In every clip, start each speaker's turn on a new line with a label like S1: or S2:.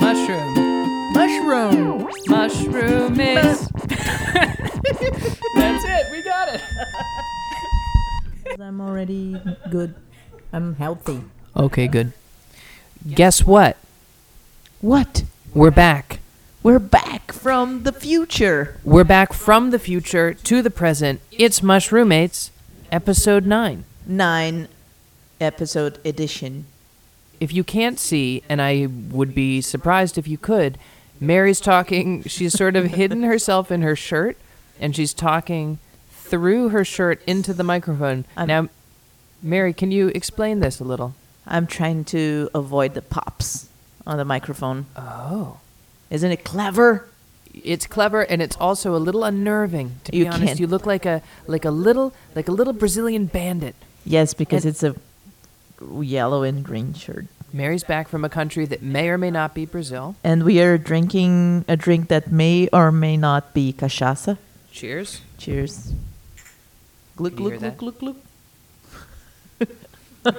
S1: mushroom. Mushroom.
S2: Mushroom is. That's it. We got it.
S3: I'm already good. I'm healthy.
S1: Okay, good. Guess what?
S3: What?
S1: We're back.
S3: We're back from the future.
S1: We're back from the future to the present. It's Mushroommates, episode 9.
S3: Nine episode edition.
S1: If you can't see, and I would be surprised if you could, Mary's talking. She's sort of hidden herself in her shirt, and she's talking through her shirt into the microphone.
S3: I'm-
S1: now, Mary, can you explain this a little?
S3: I'm trying to avoid the pops on the microphone.
S1: Oh.
S3: Isn't it clever?
S1: It's clever and it's also a little unnerving. To be
S3: You
S1: honest,
S3: can't-
S1: you look like a like a little like a little Brazilian bandit.
S3: Yes, because
S1: And-
S3: it's a yellow and green shirt.
S1: Mary's back from a country that may or may not be Brazil.
S3: And we are drinking a drink that may or may not be cachaça.
S1: Cheers.
S3: Cheers. Glug,
S1: Can you hear
S3: glug, glug,
S1: that?
S3: glug, glug.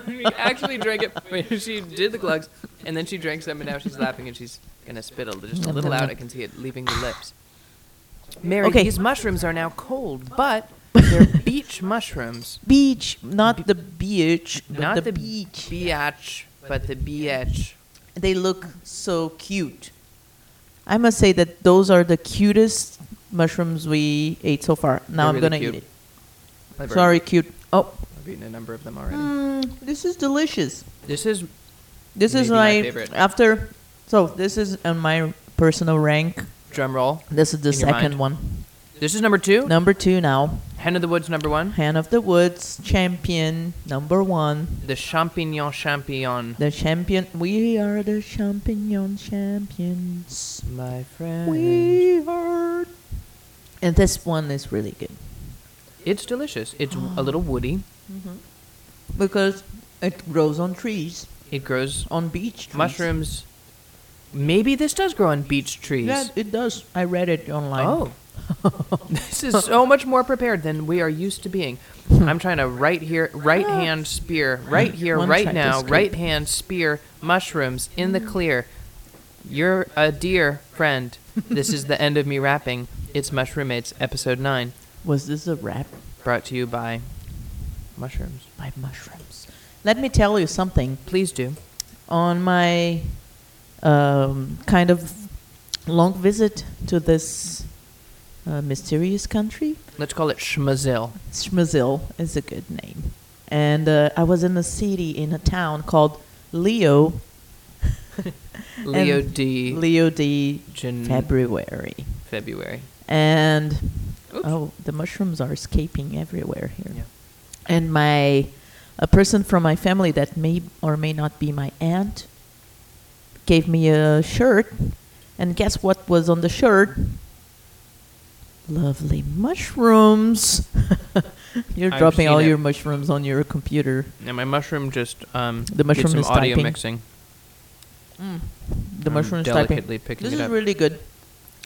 S1: We actually drank it. she did the glugs, and then she drank some, and now she's laughing, and she's gonna spit a, just a little out. I can see it leaving the lips. Mary,
S3: Okay.
S1: these mushrooms are now cold, but they're beach mushrooms,
S3: Beach, not the beach, but
S1: not
S3: the
S1: the
S3: beach.
S1: biatch, but the biatch.
S3: they look so cute. I must say that those are the cutest mushrooms we ate so far. Now
S1: They're
S3: I'm
S1: really
S3: gonna
S1: cute.
S3: eat
S1: I've
S3: it.
S1: already-
S3: Sorry, cute. Oh,
S1: I've eaten a number of them already.
S3: mm, this is delicious.
S1: This is
S3: This is
S1: Maybe my
S3: my,
S1: favorite.
S3: after. So this is on my personal rank.
S1: drum roll.
S3: This is the
S1: In your mind.
S3: second one.
S1: This is number two.
S3: Number two now.
S1: Hen of the Woods, number one.
S3: Hand of the Woods champion number one.
S1: The Champignon Champignon.
S3: The champion. We are the champignon champions.
S1: My friend.
S3: We are. And this one is really good.
S1: It's delicious. It's a little woody.
S3: Mm-hmm. Because it grows on trees,
S1: It grows
S3: on beach trees.
S1: mushrooms. Maybe this does grow on beach trees.
S3: Yeah, it does. I read it online.
S1: Oh. this is so much more prepared than we are used to being. I'm trying to right here, right hand spear, right here,
S3: Hmm. One
S1: right
S3: tried to
S1: now,
S3: escape.
S1: right hand spear mushrooms in the clear. You're a dear friend. This is the end of me rapping. It's Mushroommates, episode 9,
S3: Was this a wrap
S1: brought to you by mushrooms.
S3: by mushrooms? Let me tell you something.
S1: Please do.
S3: On my um, kind of long visit to this uh, mysterious country,
S1: Let's call it Schmazil.
S3: Schmazil is a good name. And uh, I was in a city, in a town called Leo,
S1: Leo D.
S3: Leo de
S1: Jan-
S3: February.
S1: February.
S3: and
S1: Oops.
S3: oh, the mushrooms are escaping everywhere here.
S1: Yeah.
S3: And my a person from my family that may or may not be my aunt gave me a shirt, and guess what was on the shirt? Lovely mushrooms. You're
S1: I've
S3: dropping all
S1: seen it.
S3: your mushrooms on your computer.
S1: Now my mushroom just um
S3: The mushroom
S1: did some
S3: is
S1: audio
S3: typing.
S1: mixing.
S3: The
S1: Mm. I'm
S3: mushroom is
S1: delicately
S3: typing.
S1: picking
S3: This
S1: it
S3: is
S1: up.
S3: really good.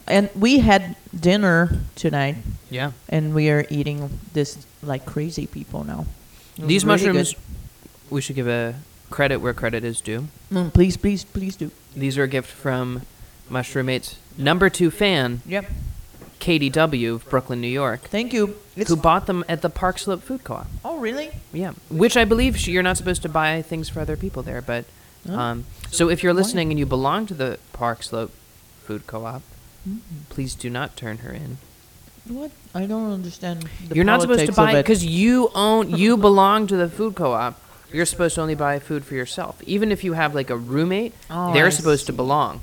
S3: And we had dinner tonight,
S1: Yeah.
S3: and we are eating this like crazy people now. It was
S1: These
S3: really good.
S1: mushrooms we should give a credit where credit is due.
S3: Mm, please, please, please do.
S1: These are a gift from Mushroommates number two fan,
S3: Yep.
S1: Katie W of Brooklyn, New York,
S3: Thank you. It's
S1: who bought them at the Park Slope Food Co op.
S3: oh really?
S1: Yeah. Which I believe she, you're not supposed to buy things for other people there, but
S3: Oh.
S1: um so if you're listening and you belong to the Park Slope Food Co op, please do not turn her in.
S3: What? I don't understand. The
S1: You're not supposed to
S3: politics
S1: buy
S3: of
S1: it because you own, you belong to the food co-op. You're supposed to only buy food for yourself. Even if you have like a roommate,
S3: Oh,
S1: they're
S3: I
S1: supposed to belong.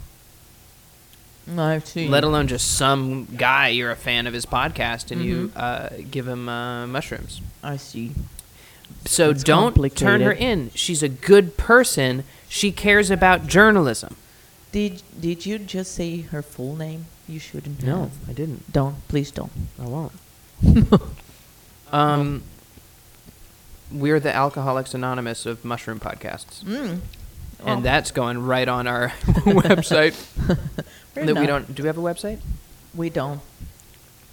S3: I see.
S1: Let alone just some guy you're a fan of his podcast and you
S3: Mm-hmm.
S1: uh, give him uh, mushrooms.
S3: I see.
S1: So
S3: That's
S1: don't turn her
S3: complicated.
S1: in. She's a good person. She cares about journalism.
S3: Did Did you just say her full name? You shouldn't. have.
S1: I didn't.
S3: Don't. Please don't. Mm.
S1: I won't. um, we're the Alcoholics Anonymous of mushroom podcasts.
S3: Mm.
S1: and that's going right on our website
S3: Fair
S1: that we
S3: enough.
S1: don't do we have a website
S3: We don't.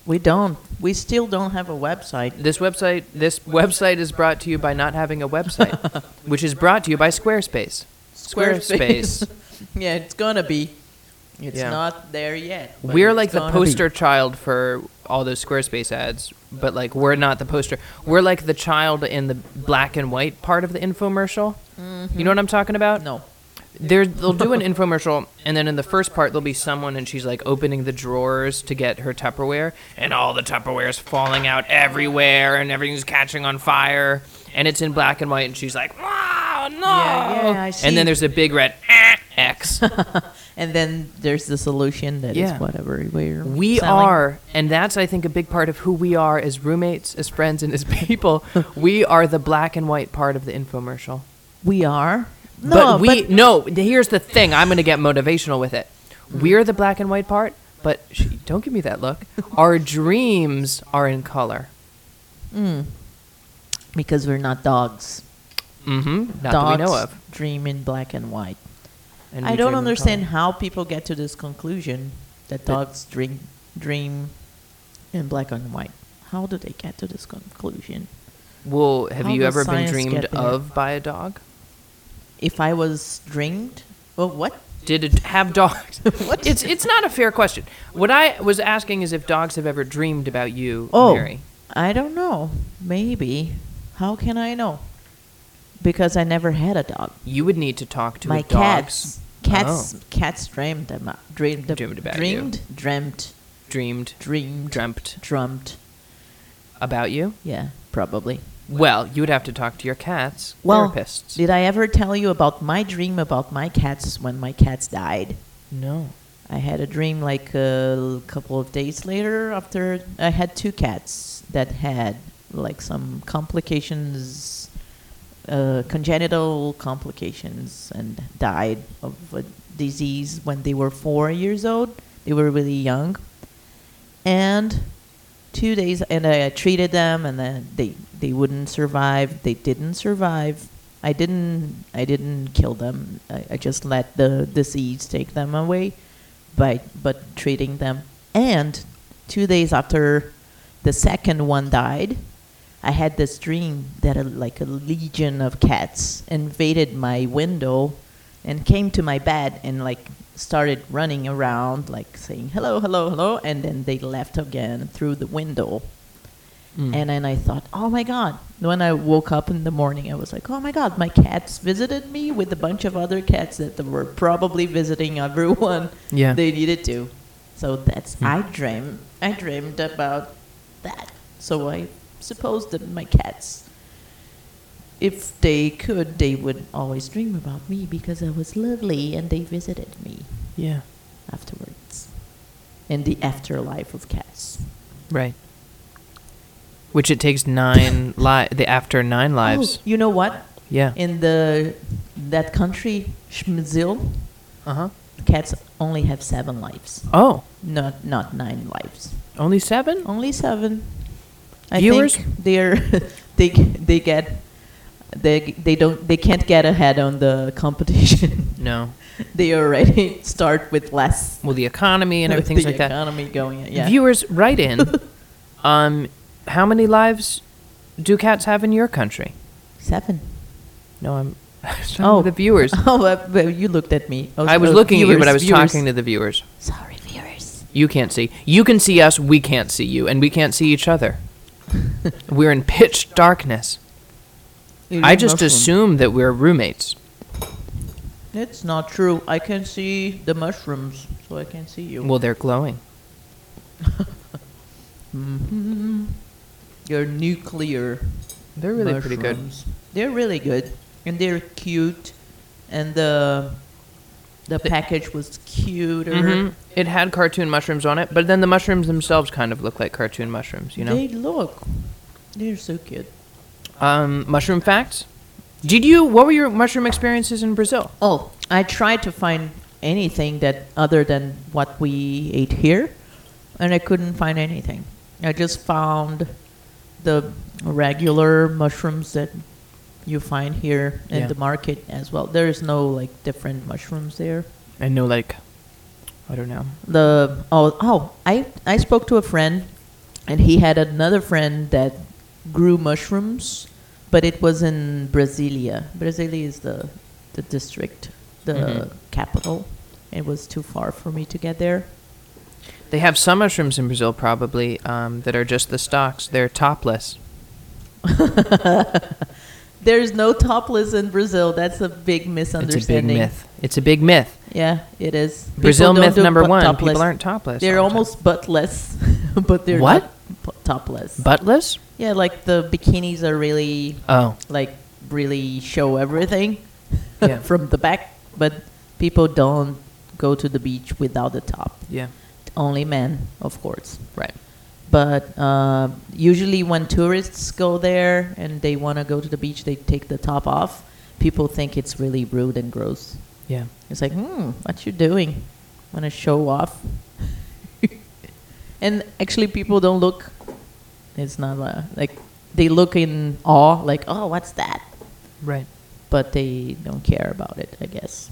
S3: We don't. We still don't have a website.
S1: this website this website is brought to you by not having a website which is brought to you by squarespace
S3: Squarespace. yeah, it's gonna be. It's
S1: Yeah.
S3: not there yet. but
S1: we're
S3: it's
S1: like the
S3: gonna be.
S1: poster child for all those Squarespace ads, but like we're not the poster. We're like the child in the black and white part of the infomercial. You know what I'm talking about?
S3: Mm-hmm. No.
S1: They're, they'll do an infomercial, and then in the first part, there'll be someone, and she's like opening the drawers to get her Tupperware, and all the Tupperware's falling out everywhere, and everything's catching on fire, and it's in black and white, and she's like, wow, no!
S3: Yeah, yeah, I
S1: And
S3: see.
S1: then there's a big red "Ah, X.
S3: And then there's the solution that is
S1: Yeah.
S3: whatever we're
S1: We
S3: selling.
S1: are, and that's I think a big part of who we are as roommates, as friends, and as people. we are the black and white part of the infomercial.
S3: we are no
S1: but we no. Here's the thing. I'm going to get motivational with it. We're the black and white part, but sh don't give me that look. Our dreams are in color.
S3: because we're not dogs.
S1: Mm-hmm. Not
S3: dogs
S1: that we know of.
S3: dream in black and white.
S1: And
S3: I
S1: we
S3: don't
S1: dream in
S3: understand
S1: color.
S3: how people get to this conclusion that dogs dream dream in black and white. How do they get to this conclusion?
S1: Well, have
S3: how
S1: you
S3: does
S1: ever been
S3: science
S1: dreamed
S3: get there?
S1: of by a dog?
S3: If I was dreamed, well, what?
S1: Did it have dogs?
S3: What?
S1: It's it's not a fair question. What I was asking is if dogs have ever dreamed about you,
S3: Oh,
S1: Mary.
S3: I don't know. Maybe. How can I know? Because I never had a dog.
S1: You would need to talk to
S3: My
S1: a dogs. Oh.
S3: cats, cats, cats dreamed about, dreamed, ab-
S1: Dreamed about you.
S3: dreamed, dreamt,
S1: dreamed,
S3: dreamed,
S1: dreamt
S3: dreamt.
S1: about you.
S3: Yeah, probably.
S1: Well, you would have to talk to your cats
S3: Well,
S1: therapists.
S3: did I ever tell you about my dream about my cats when my cats died?
S1: no.
S3: I had a dream like a couple of days later after I had two cats that had like some complications, uh, congenital complications, and died of a disease when they were four years old. They were really young. And two days, and I treated them, and then they, they wouldn't survive. They didn't survive. I didn't I didn't kill them. I, I just let the disease take them away by but treating them. And two days after the second one died, I had this dream that a, like a legion of cats invaded my window and came to my bed and like started running around like saying hello hello hello and then they left again through the window
S1: Hmm.
S3: and then I thought, oh my God. When I woke up in the morning, I was like, oh my God, my cats visited me with a bunch of other cats that were probably visiting everyone
S1: Yeah. Hmm.
S3: they needed to. So that's, I dream, I dreamed about that. So I suppose that my cats, if they could, they would always dream about me because I was lovely and they visited me
S1: yeah.
S3: afterwards in the afterlife of cats.
S1: Right. Which it takes nine li- the after nine lives.
S3: Oh, you know what?
S1: Yeah.
S3: in the that country Schmizil,
S1: Uh huh.
S3: cats only have seven lives,
S1: Oh,
S3: not not nine lives.
S1: only seven?
S3: Only seven. I
S1: Viewers?
S3: think they're they they get they they don't they can't get ahead on the competition.
S1: No.
S3: they already start with less
S1: Well, the economy and
S3: with
S1: everything's
S3: the
S1: like that.
S3: economy going. Yeah.
S1: Viewers, write in. um, how many lives do cats have in your country?
S3: seven.
S1: No, I'm. oh, the viewers.
S3: Oh, uh, but you looked at me.
S1: I was
S3: uh,
S1: looking at you, but I was
S3: viewers, viewers.
S1: talking to the viewers.
S3: Sorry, viewers.
S1: You can't see. You can see us. We can't see you, and we can't see each other. we're in pitch darkness. I just
S3: Mushroom.
S1: assume that we're roommates.
S3: It's not true. I can see the mushrooms, so I can see you.
S1: Well, they're glowing.
S3: They're Mm-hmm. nuclear.
S1: They're really pretty good.
S3: mushrooms. They're really good, and they're cute, and the the package was cuter.
S1: Mhm. It had cartoon mushrooms on it, but then the mushrooms themselves kind of look like cartoon mushrooms. You know.
S3: They look. They're so cute.
S1: Um, mushroom facts. Did you? What were your mushroom experiences in Brazil?
S3: Oh, I tried to find anything that other than what we ate here, and I couldn't find anything. I just found the regular mushrooms that you find here in
S1: Yeah.
S3: the market as well. There's no like different mushrooms there.
S1: And no, like, I don't know.
S3: The oh oh I I spoke to a friend, and he had another friend that grew mushrooms, but it was in Brasilia. Brasilia is the the district, the
S1: Mhm.
S3: capital It was too far for me to get there.
S1: They have some mushrooms in Brazil, probably, um, that are just the stalks. They're topless.
S3: There's no topless in Brazil. That's a big
S1: It's a big
S3: misunderstanding.
S1: myth. It's a big myth.
S3: Yeah, it is. People
S1: Brazil
S3: don't
S1: myth
S3: do
S1: number
S3: butt
S1: one:
S3: topless.
S1: people aren't topless.
S3: They're
S1: all the time.
S3: almost buttless, but they're
S1: What?
S3: not bu- topless.
S1: buttless.
S3: yeah, like the bikinis are really
S1: Oh,
S3: like really show everything
S1: Yeah.
S3: from the back, but people don't go to the beach without the top.
S1: yeah,
S3: Only men, of course.
S1: right.
S3: But uh, usually, when tourists go there and they want to go to the beach, they take the top off. People think it's really rude and gross.
S1: Yeah,
S3: It's like, hmm, what you doing? Want to show off? and actually, people don't look. It's not uh, like they look in awe, like, oh, what's that?
S1: right.
S3: But they don't care about it, I guess.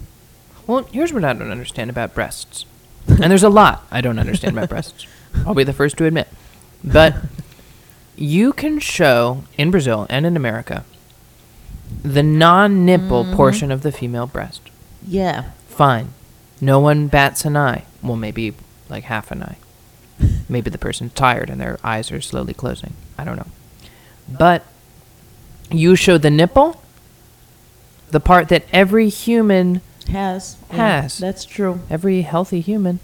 S1: Well, here's what I don't understand about breasts, and there's a lot I don't understand about breasts. I'll be the first to admit, but you can show in Brazil and in America the non-nipple portion of the female breast.
S3: Yeah,
S1: Fine, no one bats an eye. Well, maybe like half an eye. Maybe the person's tired and their eyes are slowly closing. I don't know. But you show the nipple, the part that every human,
S3: has yeah,
S1: Has.
S3: that's true.
S1: every healthy human,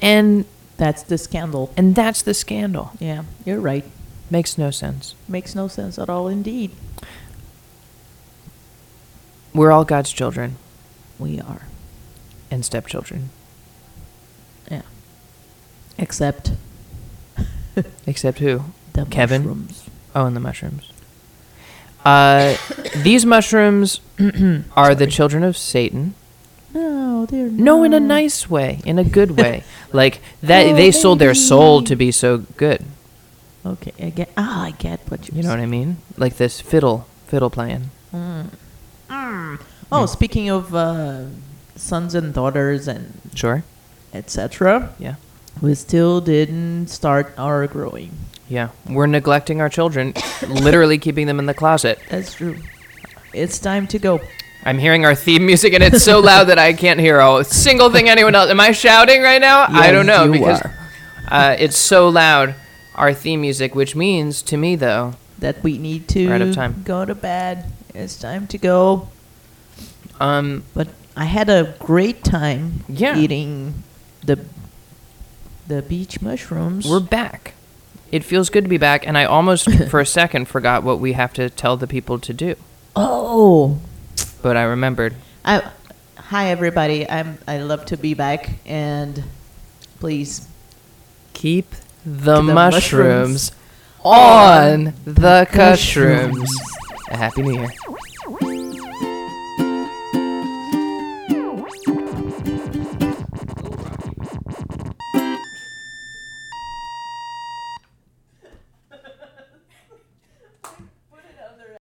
S1: and
S3: That's the scandal.
S1: and that's the scandal.
S3: Yeah, you're right.
S1: Makes no sense.
S3: Makes no sense at all, indeed.
S1: We're all God's children
S3: We are.
S1: and stepchildren,
S3: Yeah. Except
S1: except who?
S3: the
S1: Kevin?
S3: mushrooms.
S1: Oh, and the mushrooms. Uh, these mushrooms are the children of Satan.
S3: No, they're
S1: No, in a
S3: not.
S1: nice way, in a good way. like that,
S3: Mm. Oh,
S1: they sold their soul
S3: baby.
S1: to be so good.
S3: Okay, I get. Ah, I get what you're
S1: You know what I mean? Like this fiddle, fiddle playing.
S3: Mm.
S1: Mm.
S3: Oh, speaking of uh, sons and daughters and
S1: Sure.
S3: etc.,
S1: Yeah.
S3: we still didn't start our growing.
S1: Yeah. We're neglecting our children, literally keeping them in the closet.
S3: That's true. It's time to go.
S1: I'm hearing our theme music, and it's so loud that I can't hear a single thing anyone else. Am I shouting right now? I don't
S3: Yes,
S1: know
S3: you
S1: because
S3: are.
S1: uh, it's so loud. Our theme music, which means to me though,
S3: that we need to
S1: We're out of time.
S3: go to bed. It's time to go.
S1: um,
S3: But I had a great time
S1: Yeah.
S3: eating the the beach mushrooms.
S1: We're back. It feels good to be back, and I almost for a second forgot what we have to tell the people to do,
S3: oh,
S1: but I remembered.
S3: I, hi everybody. I'm I love to be back and please
S1: Keep the,
S3: the
S1: mushrooms,
S3: mushrooms
S1: on the
S3: mushrooms.
S1: cushrooms. A happy new year.